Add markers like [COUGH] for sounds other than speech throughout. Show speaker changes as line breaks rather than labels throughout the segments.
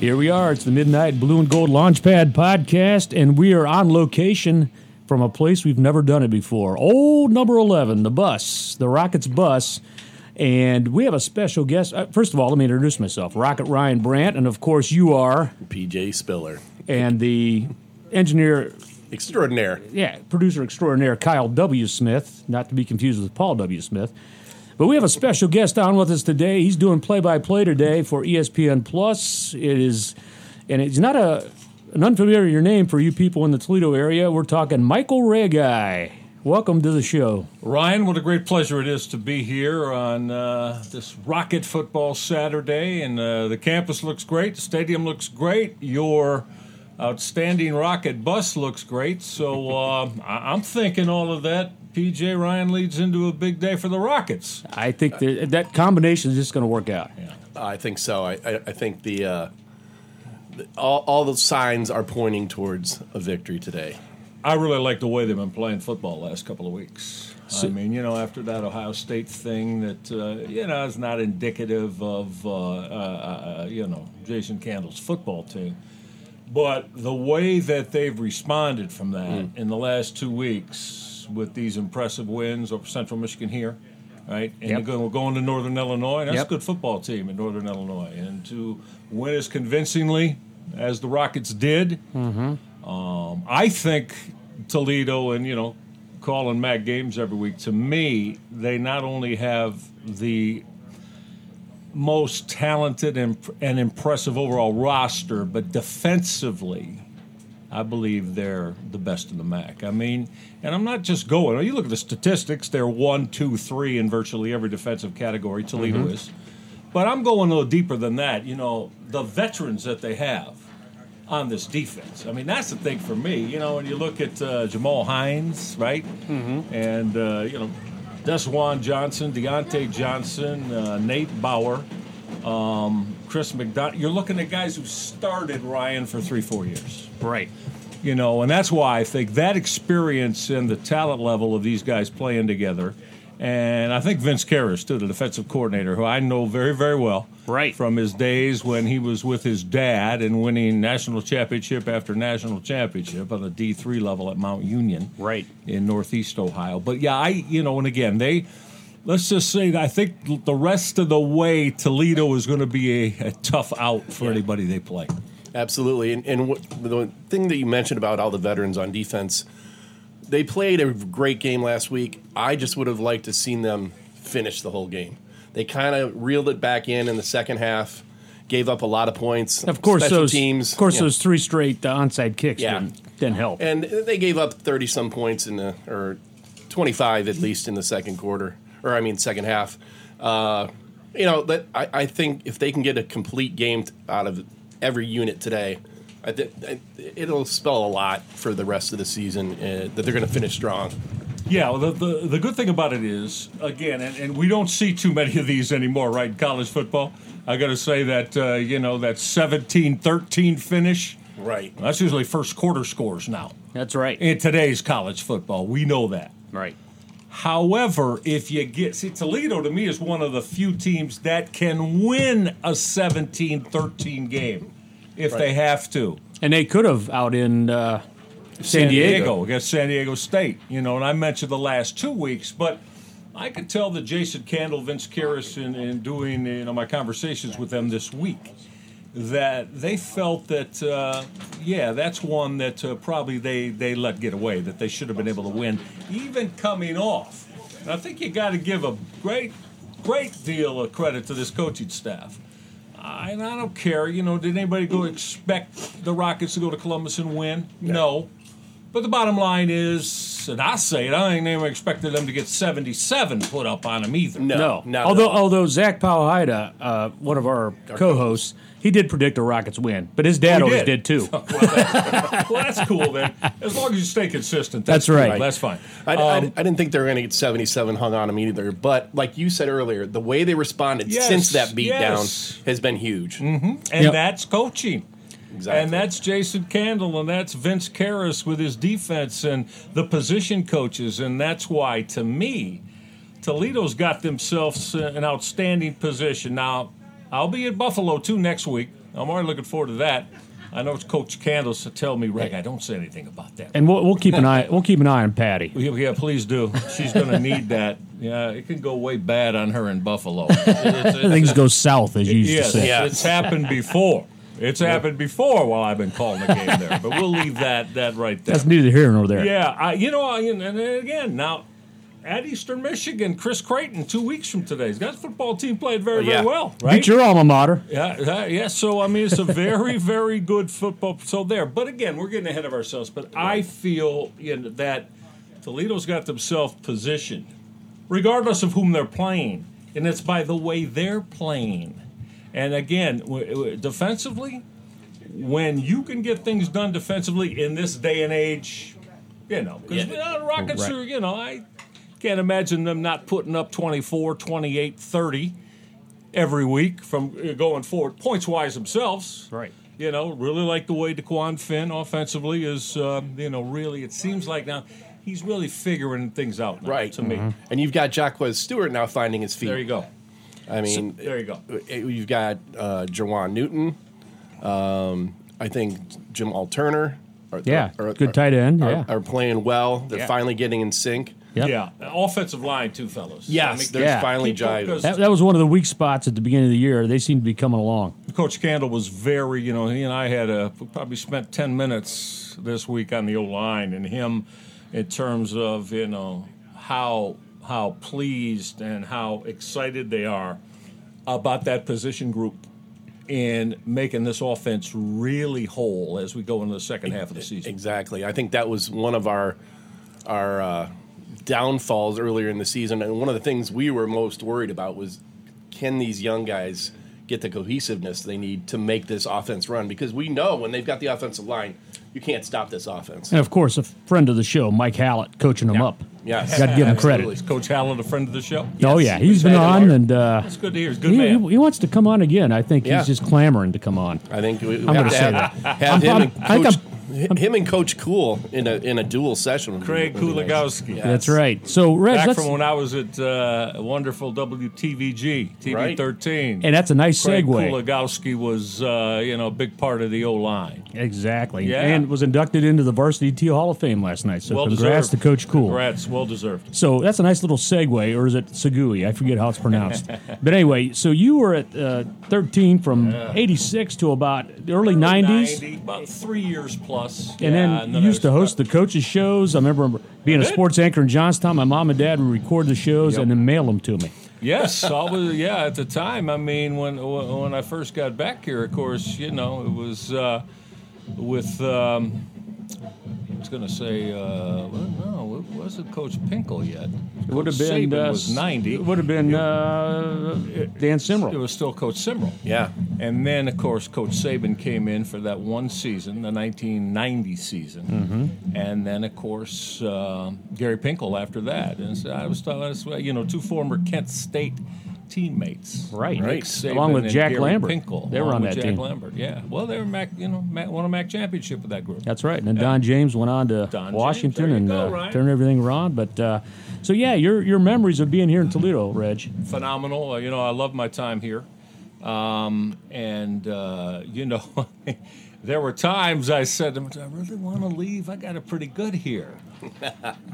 Here we are. It's the Midnight Blue and Gold Launchpad podcast, and we are on location from a place we've never done it before. Old number 11, the bus, the Rockets bus. And we have a special guest. Uh, First of all, let me introduce myself Rocket Ryan Brandt, and of course, you are,
PJ Spiller.
and the engineer,
Extraordinaire.
yeah, producer extraordinaire Kyle W. Smith, not to be confused with Paul W. Smith. But we have a special guest on with us today. He's doing play-by-play today for E ESPN Plus. It is, and it's not a an unfamiliar name for you people in the Toledo area. We're talking Michael Regai. Welcome to the show.
Ryan, what a great pleasure it is to be here on uh, this Rocket Football Saturday. And uh, the campus looks great, the stadium looks great, your outstanding Rocket bus looks great. So uh, I- I'm thinking all of that. PJ Ryan leads into a big day for the Rockets.
I think that that combination is just going to work out.
I think so. I, I, I think the, uh, the all, all the signs are pointing towards a victory today.
I really like the way they've been playing football last couple of weeks. I mean, you know, after that Ohio State thing, that uh, you know is not indicative of uh, uh, uh, you know Jason Candle's football team, but the way that they've responded from that
Mm.
in the last two weeks with these impressive wins over Central Michigan here, right, and
Yep.
you're going, we're going to Northern Illinois. That's
Yep.
a good football team in Northern Illinois, and to win as convincingly as the Rockets did. I think Toledo and you know calling Mac games every week. To me, they not only have the most talented and, and impressive overall roster, but defensively, I believe they're the best in the MAC. I mean, and I'm not just going. You look at the statistics; they're one, two, three in virtually every defensive category. Toledo is, but I'm going a little deeper than that. You know, the veterans that they have on this defense. I mean, that's the thing for me. You know, when you look at uh, Jamal Hines, right, and uh, you know, Deswan Johnson, Deontay Johnson, uh, Nate Bauer. Um, Chris McDonald, you're looking at guys who started Ryan for three, four years
Right.
you know, and that's why I think that experience and the talent level of these guys playing together, and I think Vince Karras, too, the defensive coordinator, who I know very, very well,
Right.
from his days when he was with his dad and winning national championship after national championship on the D three level at Mount Union,
Right.
in Northeast Ohio. But yeah, I, you know, and again, they. Let's just say that I think the rest of the way Toledo is going to be a, a tough out for anybody they play.
Absolutely. And, and what, the thing that you mentioned about all the veterans on defense, they played a great game last week. I just would have liked to seen them finish the whole game. They kind of reeled it back in in the second half, gave up a lot of points.
Of course,
special
those
teams.
Of course,
yeah.
those three straight uh, onside kicks
Yeah.
didn't, didn't help.
and they gave up 30 some points in the or 25 at least in the second quarter or i mean second half uh, you know that I, I think if they can get a complete game t- out of every unit today I th- I, it'll spell a lot for the rest of the season uh, that they're going to finish strong
Yeah, well, the, the, the good thing about it is, again, and, and we don't see too many of these anymore, right, in college football. I got to say that, uh, you know, that 17 13 finish,
right
that's usually first quarter scores now
That's right.
in today's college football. We know that.
right.
However, if you get, see, Toledo to me is one of the few teams that can win a 17 13 game if they
Right.
have to.
And they could have out in uh, San
San Diego.
Diego.
against San Diego State. You know, and I mentioned the last two weeks, but I could tell that Jason Candle, Vince Karras, in, in doing you know my conversations with them this week, that they felt that uh, yeah, that's one that uh, probably they they let get away that they should have been able to win, even coming off. And I think you got to give a great great deal of credit to this coaching staff. I, and I don't care. You know, did anybody go expect the Rockets to go to Columbus and win? No. But the bottom line is, and I say it, I ain't even expected them to get 77 put up on them either.
No,
no not at
although
all.
although Zach Powhida, uh, one of our co-hosts, he did predict a Rockets win, but his dad
He
always did,
did.
too.
Well, that's cool then. As long as you stay consistent.
That's
cool.
right.
That's fine.
I, I-
Um,
I didn't think they were going to get 77 hung on them either, but like you said earlier, the way they responded
Yes,
since that beatdown
yes.
has been huge.
And
Yep.
that's coaching.
Exactly.
And that's Jason Candle, and that's Vince Karras with his defense and the position coaches. And that's why, to me, Toledo's got themselves an outstanding position. Now, I'll be at Buffalo, too, next week. I'm already looking forward to that. I know it's Coach Candles to tell me, Rick, I don't say anything about that.
And we'll, we'll keep an eye. We'll keep an eye on Patty.
Yeah, yeah, please do. She's going to need that. Yeah, it can go way bad on her in Buffalo. It's- it's-
Things go south, as you used to
yes,
say.
Yeah.
it's happened before. It's happened before while I've been calling the game there. But we'll leave that that right there.
That's neither here nor there.
Yeah, I, you know, I, and and again, now at Eastern Michigan, Chris Creighton, two weeks from today, he's got the football team played very,
Yeah.
very well,
Beat
right?
your alma mater.
Yeah, yeah, yeah. So I mean, it's a very, very good football. So there, but again, we're getting ahead of ourselves. But I feel you know, that Toledo's got themselves positioned, regardless of whom they're playing, and it's by the way they're playing. And again, w- w- defensively, when you can get things done defensively in this day and age, you know, because the Rockets
Right.
are, you know, I can't imagine them not putting up 24, 28, 30 every week from uh, going forward, points wise themselves.
Right.
You know, really like the way Daquan Finn offensively is, uh, you know, really, it seems like now he's really figuring things out now,
Right. Mm-hmm.
to me.
And you've got Jacquez Stewart now finding his feet.
Mm-hmm. There you go.
I mean,
There you go.
You've got uh, Jawan Newton. Um, I think Jamal Turner. Are,
Yeah, good tight end,
Are,
yeah.
are playing well. They're
Yeah.
finally getting in sync.
Yep.
Yeah. Offensive line, too, fellas. I
Yes,
mean,
they're
Yeah.
finally
People-
jiving.
'cause
That, that was one of the weak spots at the beginning of the year. They seem to be coming along.
Coach Candle was very, you know, he and I had a we probably spent ten minutes this week on the O line and him, in terms of you know how how pleased and how excited they are about that position group and making this offense really whole as we go into the second half of the season.
Exactly. I think that was one of our our uh, downfalls earlier in the season, and one of the things we were most worried about was can these young guys get the cohesiveness they need to make this offense run? Because we know when they've got the offensive line, you can't stop this offense.
And of course, a friend of the show, Mike Hallett, coaching them up.
Yes.
Got to give him
Absolutely.
credit.
Coach Allen, a friend of the show.
Oh, yeah. He's
We've
been
had him
on,
on.
and uh,
It's good to hear. He's a good
he,
man.
he- he wants to come on again. I think
Yeah.
he's just clamoring to come on.
I think we, we
gonna
have to
say
have,
that.
have him,
I'm-
and
I think
Coach, him and Coach Cool in a in a dual session. would be-
Craig
would be nice.
Kuligowski.
That's right. So, Reg,
Back
let's-
from when I was at uh, wonderful WTVG,
Right.
TV13.
and that's a nice
Craig
segue.
Kuligowski was, uh, you know, a big part of the O line.
Exactly.
Yeah.
And was inducted into the Varsity T Hall of Fame last night. So
Well
congrats
deserved.
to Coach Cool.
Congrats, well deserved.
So that's a nice little segue, or is it Segui? I forget how it's
[LAUGHS]
pronounced. but anyway, so you were at uh, 13 from 86 to about the early 90s.
90, about three years plus. Yeah,
And then you
I
used to
was-
host the coaches' shows. I remember being a
did.
sports anchor in Johnstown. My mom and dad would record the shows
Yep.
and then mail them to me.
Yes, I was. Yeah, at the time, I mean, when when I first got back here, of course, you know, it was uh, with. Um, I was gonna say, uh, well, no, it wasn't Coach Pinkel yet.
It would have
Coach
been
Saban
uh,
was ninety.
It would have been uh, Dan
It
Simrel.
was still Coach Simrel.
Yeah.
And then, of course, Coach Saban came in for that one season, the 1990 season.
Mm-hmm.
And then, of course, uh, Gary Pinkel after that. And so I was talking, you know, two former Kent State teammates.
Right.
Nick
Right.
Saban
Along with
and
Jack
Gary
Lambert.
Pinkel,
They were
along
on
with
that
Jack
team.
Lambert, yeah. Well, they were MAC, you know, MAC, won a MAC championship with that group.
That's right. And then Don James went on to
Don
Washington
James.
and
There you go,
uh,
Ryan.
turned everything around. But uh, so yeah, your your memories of being here in Toledo, Reg.
phenomenal. Uh, You know, I love my time here. Um, and, uh, you know, [LAUGHS] there were times I said to myself, I really want to leave. I got it pretty good here.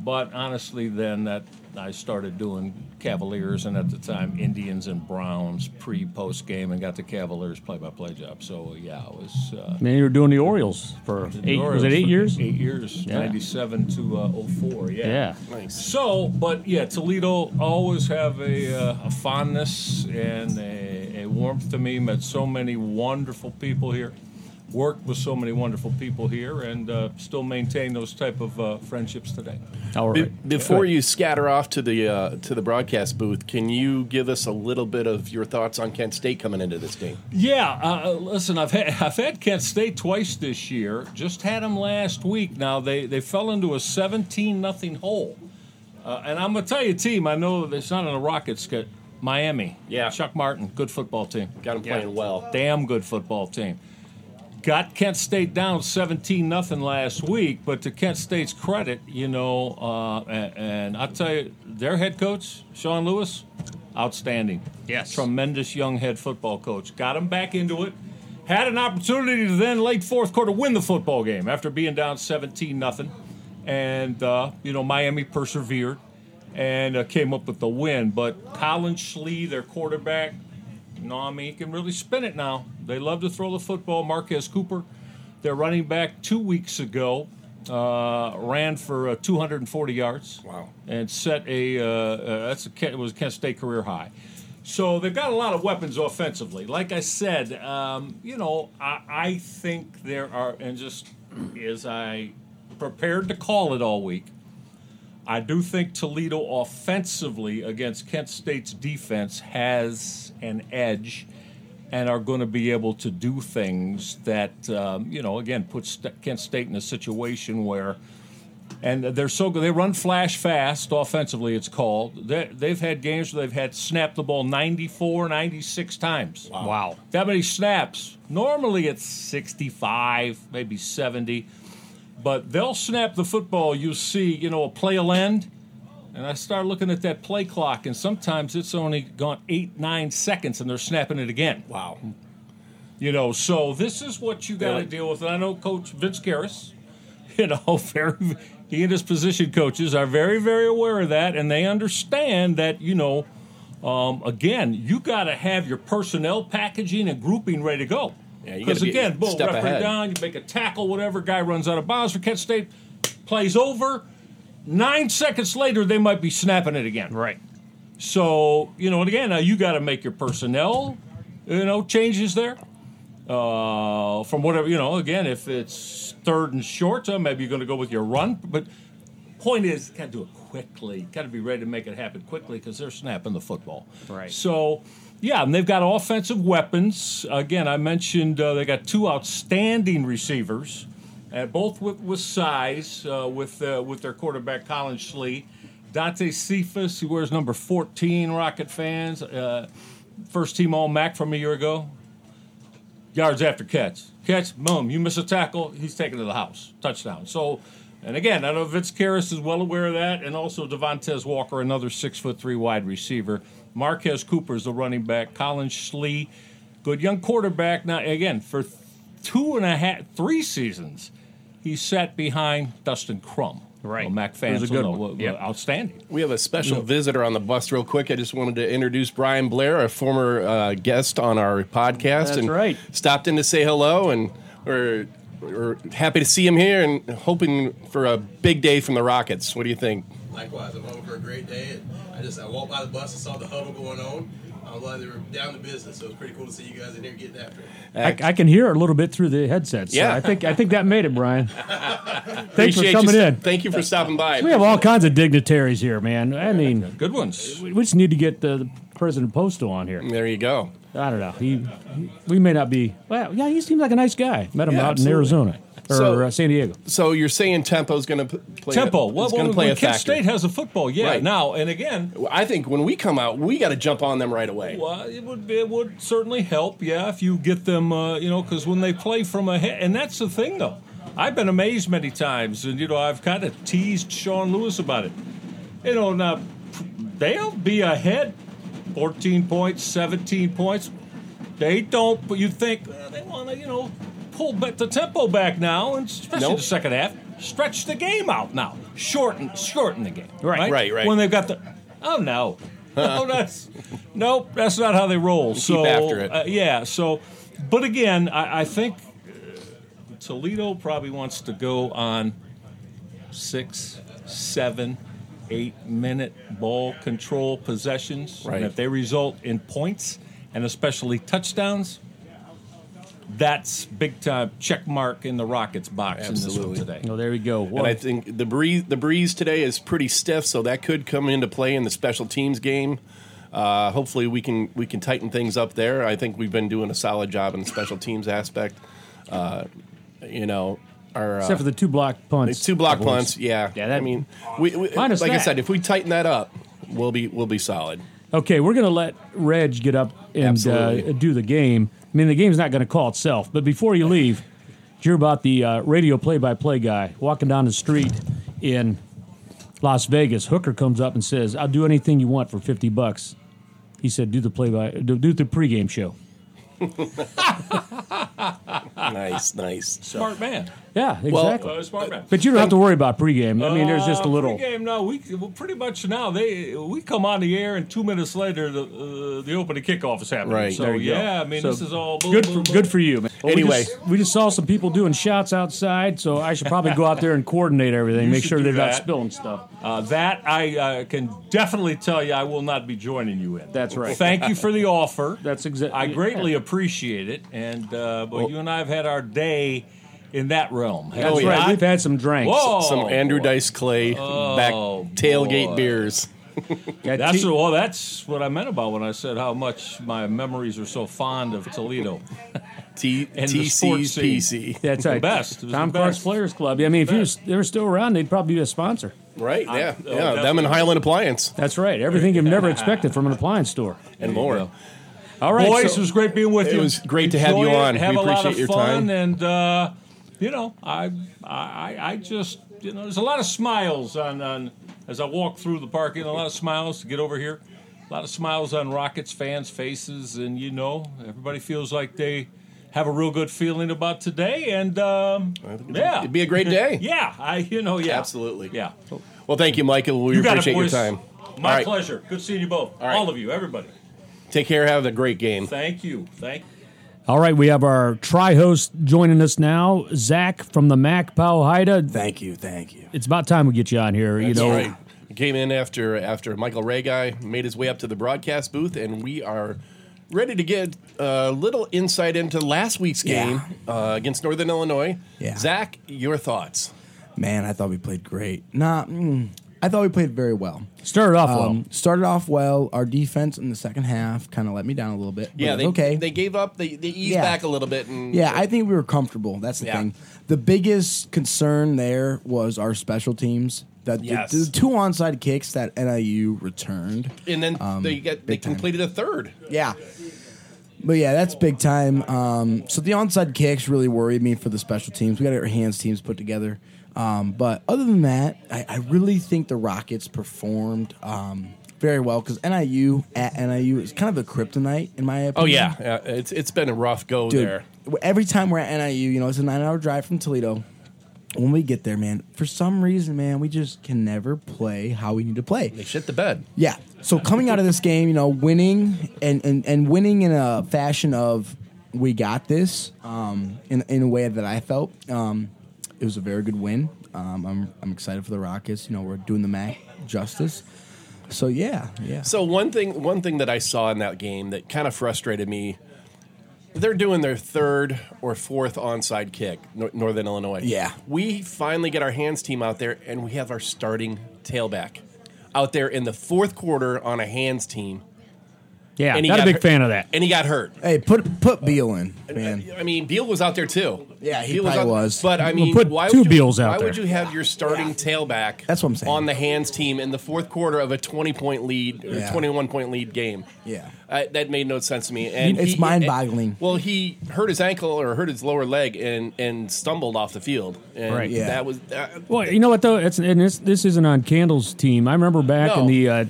but honestly, then that I started doing Cavaliers and at the time Indians and Browns pre post game and got the Cavaliers play by play job. So, yeah, it was. Uh,
Man, you were doing the Orioles for eight. was it
Orioles
eight
for
years?
Eight years,
Yeah.
97 to uh, 04, yeah.
Yeah.
Nice.
So, but yeah, Toledo always have a, uh, a fondness and a, a warmth to me. Met so many wonderful people here, worked with so many wonderful people here, and uh, still maintain those type of uh, friendships today.
All
Be-
right.
before you scatter off to the uh, to the broadcast booth, can you give us a little bit of your thoughts on Kent State coming into this game?
Yeah, uh, listen, I've had, I've had Kent State twice this year. Just had them last week. Now they, they fell into a 17 nothing hole. Uh, and I'm going to tell you, a team, I know it's not on the Rockets, but Miami.
Yeah.
Chuck Martin, good football team.
Got them playing well.
Damn good football team. Got Kent State down 17 nothing last week, but to Kent State's credit, you know, uh, and, and I'll tell you, their head coach, Sean Lewis, outstanding.
Yes.
Tremendous young head football coach. Got him back into it. Had an opportunity to then late fourth quarter win the football game after being down 17 nothing, and uh, you know Miami persevered and uh, came up with the win. But Colin Schlee, their quarterback, no, I mean he can really spin it now. They love to throw the football. Marquez Cooper, their running back, two weeks ago uh, ran for uh, 240 yards.
Wow.
And set a uh, uh, that's a Kent- it was a Kent State career high. So they've got a lot of weapons offensively. Like I said, um, you know, I, I think there are, and just as I prepared to call it all week, I do think Toledo offensively against Kent State's defense has an edge and are going to be able to do things that, um, you know, again, puts St- Kent State in a situation where. And they're so good. They run flash fast offensively, it's called. They, they've had games where they've had snapped the ball 94, 96 times.
Wow.
That many snaps. Normally it's 65, maybe 70 but they'll snap the football. You see, you know, a play will end, and I start looking at that play clock, and sometimes it's only gone eight, nine seconds, and they're snapping it again.
Wow.
You know, so this is what you got to
Yeah.
deal with. And I know Coach Vince Karras, [LAUGHS] you know, very he and his position coaches are very, very aware of that, and they understand that you know. Um, again, you got to have your personnel packaging and grouping ready to go.
Yeah, you
Because
gotta be
again,
a
boom,
step
referee
ahead.
down, you make a tackle, whatever. Guy runs out of bounds for Kent State, plays over. Nine seconds later, they might be snapping it again.
Right.
So you know, and again, now you got to make your personnel, you know, changes there. Uh, from whatever you know, again, if it's third and short, uh, maybe you're going to go with your run. But point is, got to do it quickly. Got to be ready to make it happen quickly because they're snapping the football.
Right.
So. Yeah, and they've got offensive weapons. Again, I mentioned uh, they got two outstanding receivers, uh, both with, with size, uh, with uh, with their quarterback Colin Schlee, Dante Cephas, who wears number fourteen. Rocket fans, uh, first team All Mac from a year ago. Yards after catch, catch, boom. You miss a tackle, he's taken to the house, touchdown. So, and again, I know Vince Karras is well aware of that, and also Devontae Walker, another six foot three wide receiver. Marquez Cooper is the running back. Colin Schlee, good young quarterback. Now again, for two and a half, three seasons, he sat behind Dustin Crum.
Right.
Well, Mac
He was
fans
a good
will know,
one.
well, well,
Yep.
outstanding.
We have a special visitor on the bus, real quick. I just wanted to introduce Brian Blair, a former uh, guest on our podcast,
That's
and
right.
stopped in to say hello, and we're, we're happy to see him here, and hoping for a big day from the Rockets. What do you think?
Likewise, I'm hoping for a great day. And I just I walked by the bus and saw the huddle going on. I was glad they were down to business, so it was pretty cool to see you guys in here getting after it.
I, I can hear a little bit through the headsets.
Yeah.
I think I think that made it,
[LAUGHS]
Brian. Thanks
Appreciate
for coming
you.
in.
Thank you for stopping by.
We have all kinds of dignitaries here, man. I mean,
Good ones.
we just need to get the, the president postal on here.
there you go.
I don't know. He, he- we may not be. Well, yeah, he seemed like a nice guy. Met him
Yeah,
out
absolutely.
in Arizona or
So-
uh, San Diego.
So you're saying tempo's going to play
Tempo.
A,
Well,
it's gonna
well,
play
when
a
Kent
factor.
State has a football, yeah.
Right.
Now and again,
I think when we come out, we got to jump on them right away.
Well, it would be, it would certainly help, yeah, if you get them, uh, you know, because when they play from ahead, and that's the thing though. I've been amazed many times, and you know, I've kind of teased Sean Lewis about it. You know, now they'll be ahead, fourteen points, seventeen points. They don't, but you think well, they want to, you know, pull back the tempo back now, and especially
Nope.
the second half, stretch the game out now, shorten, shorten the game.
Right.
Right, right.
When they've got the, oh
[LAUGHS]
no, no, that's nope, that's not how they roll. so
after it.
uh, yeah, so, but again, I, I think uh, Toledo probably wants to go on six, seven, eight minute ball control possessions,
Right.
and if they result in points and especially touchdowns. That's big time check mark in the Rockets box
Absolutely.
in this one today.
Oh, there we go.
And
Well,
I think the breeze the breeze today is pretty stiff, so that could come into play in the special teams game. Uh, hopefully, we can we can tighten things up there. I think we've been doing a solid job in the special teams aspect. Uh, you know, our uh,
except for the two block punts,
two block
Boys.
punts. Yeah,
Yeah, that-
I mean, we, we, like
Minus
I
that.
said, if we tighten that up, we'll be we'll be solid.
Okay, we're going to let Reg get up and uh,
Absolutely.
do the game. I mean, the game's not going to call itself, but before you leave, you're about the uh, radio play by play guy walking down the street in Las Vegas. Hooker comes up and says, I'll do anything you want for 50 bucks. He said, Do the play by, do, do the pregame show.
nice, nice. So,
Smart man.
Yeah, exactly.
Uh, smart man.
but you don't have to worry about pregame. I mean, there's just a
Uh,
little.
pregame. No, we well, pretty much now they we come on the air and two minutes later the uh, the opening kickoff is happening.
Right.
So
There you go.
Oh, yeah, I mean
So
this is all boom,
good
boom,
for
boom.
good for you. man. Well, we
Anyway.
just- we just, saw some people doing shots outside, so I should probably go out there and coordinate everything, make
should
sure
do
they're not
that.
spilling stuff.
Uh, that I uh, can definitely tell you, I will not be joining you in.
That's right.
Thank
[LAUGHS]
you for the offer.
That's exact-
I greatly appreciate it, and uh, but you and I have had our day in that realm. have
Oh,
we
yeah.
Right,
not?
we've had some drinks.
Whoa.
Some Andrew
boy.
Dice Clay back tailgate beers.
Got
That's
tea-
well. That's what I meant about when I said how much my memories are so fond of Toledo.
T-
And the sports
TC's PC.
that's
the
right.
best. It was
Tom
the
Clark's
best.
Players Club. I mean, if you was,
Best.
they were still around, they'd probably be a sponsor.
Right, yeah.
oh,
yeah, them
definitely.
and Highland Appliance
That's right. Everything you've never expected from an appliance store.
and more.
All right,
Boys,
so-
it was great being with
It
you.
was great to have you
Enjoy it.
on.
Have
We
a lot
appreciate
of
your
fun,
time.
and uh, you know, I, I, I just, you know, there's a lot of smiles on, on as I walk through the parking. A lot of smiles to get over here. A lot of smiles on Rockets fans' faces, and you know, everybody feels like they have a real good feeling about today. And um, yeah,
It'd be a great day.
[LAUGHS] yeah, I, you know, yeah,
Absolutely.
yeah.
Well, thank you, Michael. We
You got it,
appreciate your
boys.
time.
My
All right.
pleasure. Good seeing you both.
right.
All of you, everybody.
Take care. Have a great game.
Thank you. Thank.
All right, we have our tri host joining us now, Zach from the Mac Powhida.
Thank you, thank you.
It's about time we get you on here. You
That's
know,
right. He Came in after after Michael Ray guy made his way up to the broadcast booth, and we are ready to get a little insight into last week's game
Yeah.
uh, against Northern Illinois.
Yeah.
Zach, your thoughts?
Man, I thought we played great. Nah, mm, I thought we played very well.
start it off well.
Um, started off well. Our defense in the second half kind of let me down a little bit. but
Yeah,
it's
they
okay.
they gave up. They they eased
Yeah.
back a little bit, and
yeah, I think we were comfortable. That's the
Yeah.
thing. The biggest concern there was our special teams. That the-
Yes.
the, two onside kicks that NIU returned.
and then they get they
Um, big time.
completed a third.
Yeah. But yeah, that's big time. Um, so the onside kicks really worried me for the special teams. We got to get our hands teams put together. Um, but other than that, I, I really think the Rockets performed um, very well because NIU at NIU is kind of the kryptonite in my opinion.
Oh yeah,
Mm-hmm.
yeah it's it's been a rough go
Dude,
there.
w- every time we're at NIU, you know, it's a nine-hour drive from Toledo. When we get there, man, for some reason, man, we just can never play how we need to play.
They shit the bed.
Yeah. So coming out of this game, you know, winning and, and, and winning in a fashion of we got this um, in, in a way that I felt. Um, it was a very good win. Um, I'm, I'm excited for the Rockets. You know, we're doing the MAC justice. So, yeah. Yeah.
So one thing, one thing that I saw in that game that kind of frustrated me, they're doing their third or fourth onside kick, Nor- Northern Illinois.
Yeah.
we finally get our hands team out there, and we have our starting tailback out there in the fourth quarter on a hands team,
Yeah,
And he
not a
got
big
hurt.
fan of that.
and he got hurt.
hey, put put Beal in, man.
uh, I mean, Beal was out there too.
Yeah, he
Beal
probably
out-
was.
But I mean,
put
why
two
would you,
Beals out
Why
there.
would you have your starting tailback?
That's what I'm saying.
On the hands team in the fourth quarter of a 20 point lead, or
Yeah.
21 point lead game.
Yeah.
I, that made no sense to me. And
It's
he-
mind-boggling.
Well, he hurt his ankle or hurt his lower leg and and stumbled off the field. And
Right.
Yeah.
That was. Uh,
Well, you know what though? It's and this this isn't on Candle's team. I remember back in
No.
the uh,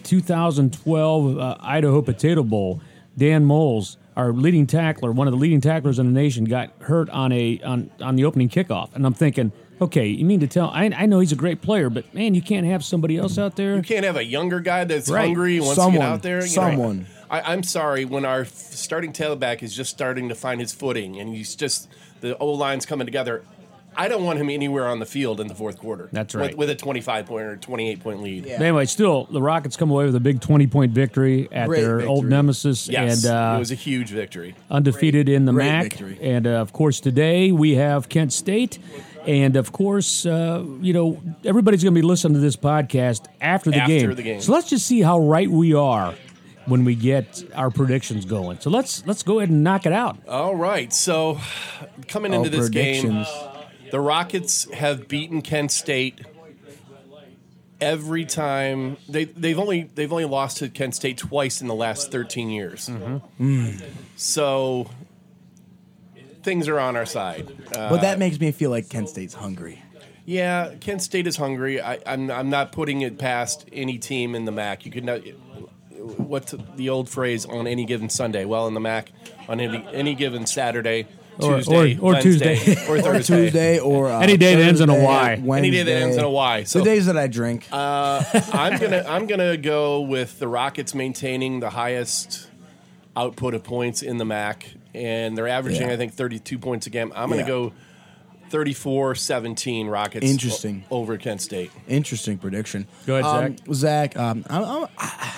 2012 uh, Idaho Potato Bowl, Dan Moles, our leading tackler, one of the leading tacklers in the nation, got hurt on a on on the opening kickoff, and I'm thinking, okay, you mean to tell? I I know he's a great player, but man, you can't have somebody else out there.
you can't have a younger guy that's
Right.
hungry and wants to
Someone.
get out there. you know.
Someone.
I, I'm sorry when our f- starting tailback is just starting to find his footing and he's just the O line's coming together. I don't want him anywhere on the field in the fourth quarter.
That's
With-
right.
With, a 25 point or 28 point lead.
Yeah.
Anyway, still the Rockets come away with a big 20 point victory at
Great
their old
victory.
nemesis
Yes,
and uh,
it was a huge victory.
undefeated in the
great
MAC.
victory.
And uh, of course, today we have Kent State. And of course, uh, you know, everybody's going to be listening to this podcast after the,
After
game.
the game.
So let's just see how right we are when we get our predictions going. So let's let's go ahead and knock it out.
All right, so [SIGHS] coming
Oh,
into this game,
predictions.
the Rockets have beaten Kent State every time. They they've only they've only lost to Kent State twice in the last 13 years.
Mm-hmm.
So things are on our side. Uh,
but that makes me feel like Kent State's hungry.
yeah, Kent State is hungry. I, I'm I'm not putting it past any team in the MAC. You could not. what's the old phrase on any given Sunday? Well, in the Mac, on any any given Saturday,
Or- or-
Tuesday,
[LAUGHS] or
Wednesday,
Tuesday.
or
Or
Thursday,
Tuesday or uh,
Any day that ends in a Y.
Wednesday,
Any day that ends in a Y. So-
the days that I drink.
I'm gonna I'm gonna go with the Rockets maintaining the highest output of points in the MAC, and they're averaging
Yeah.
I think 32 points a game. I'm gonna
Yeah.
go 34-17 Rockets.
Interesting.
o- over Kent State.
Interesting prediction.
Go ahead,
um, Zach. um, I'm, I'm, I,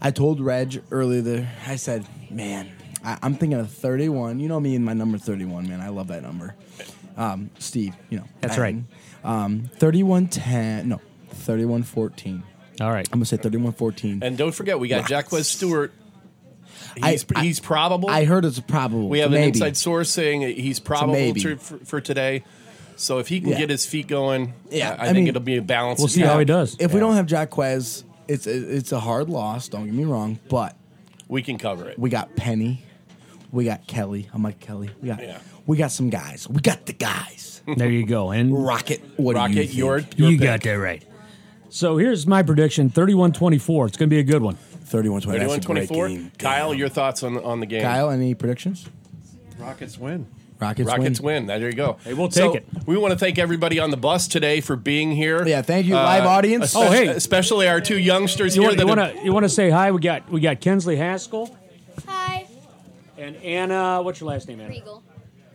I told Reg earlier there. I said, man, I, I'm thinking of 31. You know me and my number 31, man. I love that number. Um, Steve, you know.
That's right.
Um, 31 10, no, 31 14.
All right.
I'm going to say 31 14.
And don't forget, we got
Rockets.
Jacquez Stewart.
I-
He's,
I-
he's probable.
I heard it's a probable.
we have
maybe.
an inside source saying that he's probable
maybe.
to, for, for today. So if he can
Yeah.
get his feet going,
Yeah,
I, I
I
think
mean-
it'll be a balance.
We'll see how he does.
If we
Yeah.
don't have Jacquez, it's it's a hard loss. Don't get me wrong, but
we can cover it.
we got Penny, we got Kelly. I'm like Kelly. We got
Yeah.
we got some guys. We got the guys.
There you go. And
Rocket. What do you
[LAUGHS] Rocket,
think?
your, your
you
pick.
got that right. So here's my prediction 31 24. It's going to be a good one.
31 20.
31
That's a great
24.
game.
Kyle, your thoughts on, on the game?
Kyle, any predictions?
Rockets win.
Rockets.
Rockets win. There you go. Hey,
we'll take it.
We want to thank everybody on the bus today for being here. Uh,
Yeah, thank you, live audience.
espe-
Oh, hey.
especially our two youngsters
You
here.
want, you
that
want
have-
to you want to say hi? We got we got Kensley Haskell
Hi.
and Anna. What's your last name, Anna?
Regal.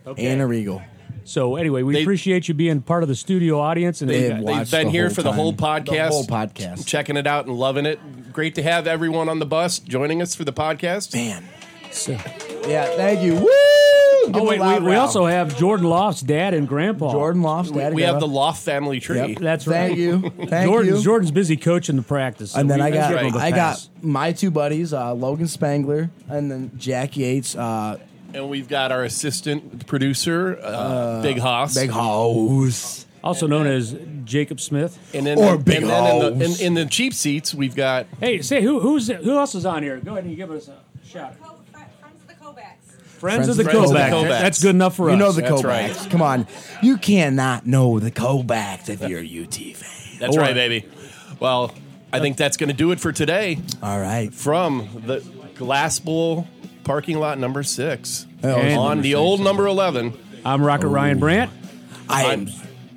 Okay.
Anna Regal.
So anyway, we
They-
appreciate you being part of the studio audience. And
They
we
have
got-
watched
They've been
the
here
whole
for the whole
time.
podcast.
The whole podcast.
Checking it out and loving it. Great to have everyone on the bus joining us for the podcast.
Man. [LAUGHS]
so-
Yeah, thank you. Woo! Give
oh
him a
wait, we,
loud
we
round.
also have Jordan Loft's dad and grandpa.
Jordan Loft's
We,
dad.
we have the Loft family tree.
Yep.
That's right. [LAUGHS]
Thank you. Thank
Jordan's,
you.
Jordan's busy coaching the practice. so
and then
we-
I
we
got
give
right.
him a
I got
pass.
my two buddies, uh, Logan Spangler and then Jack Yates, uh,
And we've got our assistant producer, uh, Big Hoss.
Big House.
also known as Jacob Smith.
And then,
Or
and then
Big
in, the,
Hoss.
in, in the cheap seats, we've got
Hey, say who who's who else is on here? Go ahead and give us a shout.
uh, Friends of the Kobacks.
Friends, of the
Friends of the
Kobach.
Kobach.
That's good enough for
You
us.
know the
That's
Kobacks.
right.
Come on, you cannot know the Kobacks if you're a UT fan.
That's
Or-
right, baby. Well, I think that's going to do it for today
All right,
from the Glass Bowl parking lot number six
Oh,
And-
on the old number 11.
I'm Rocket Ryan Brandt.
I
I'm-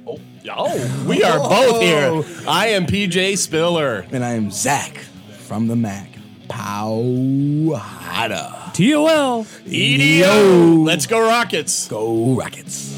am,
Oh, [LAUGHS] we are both here. I am PJ Spiller.
and I am Zach from the Mac. Powhata.
T O L.
EDO. Let's go, Rockets.
Go Rockets.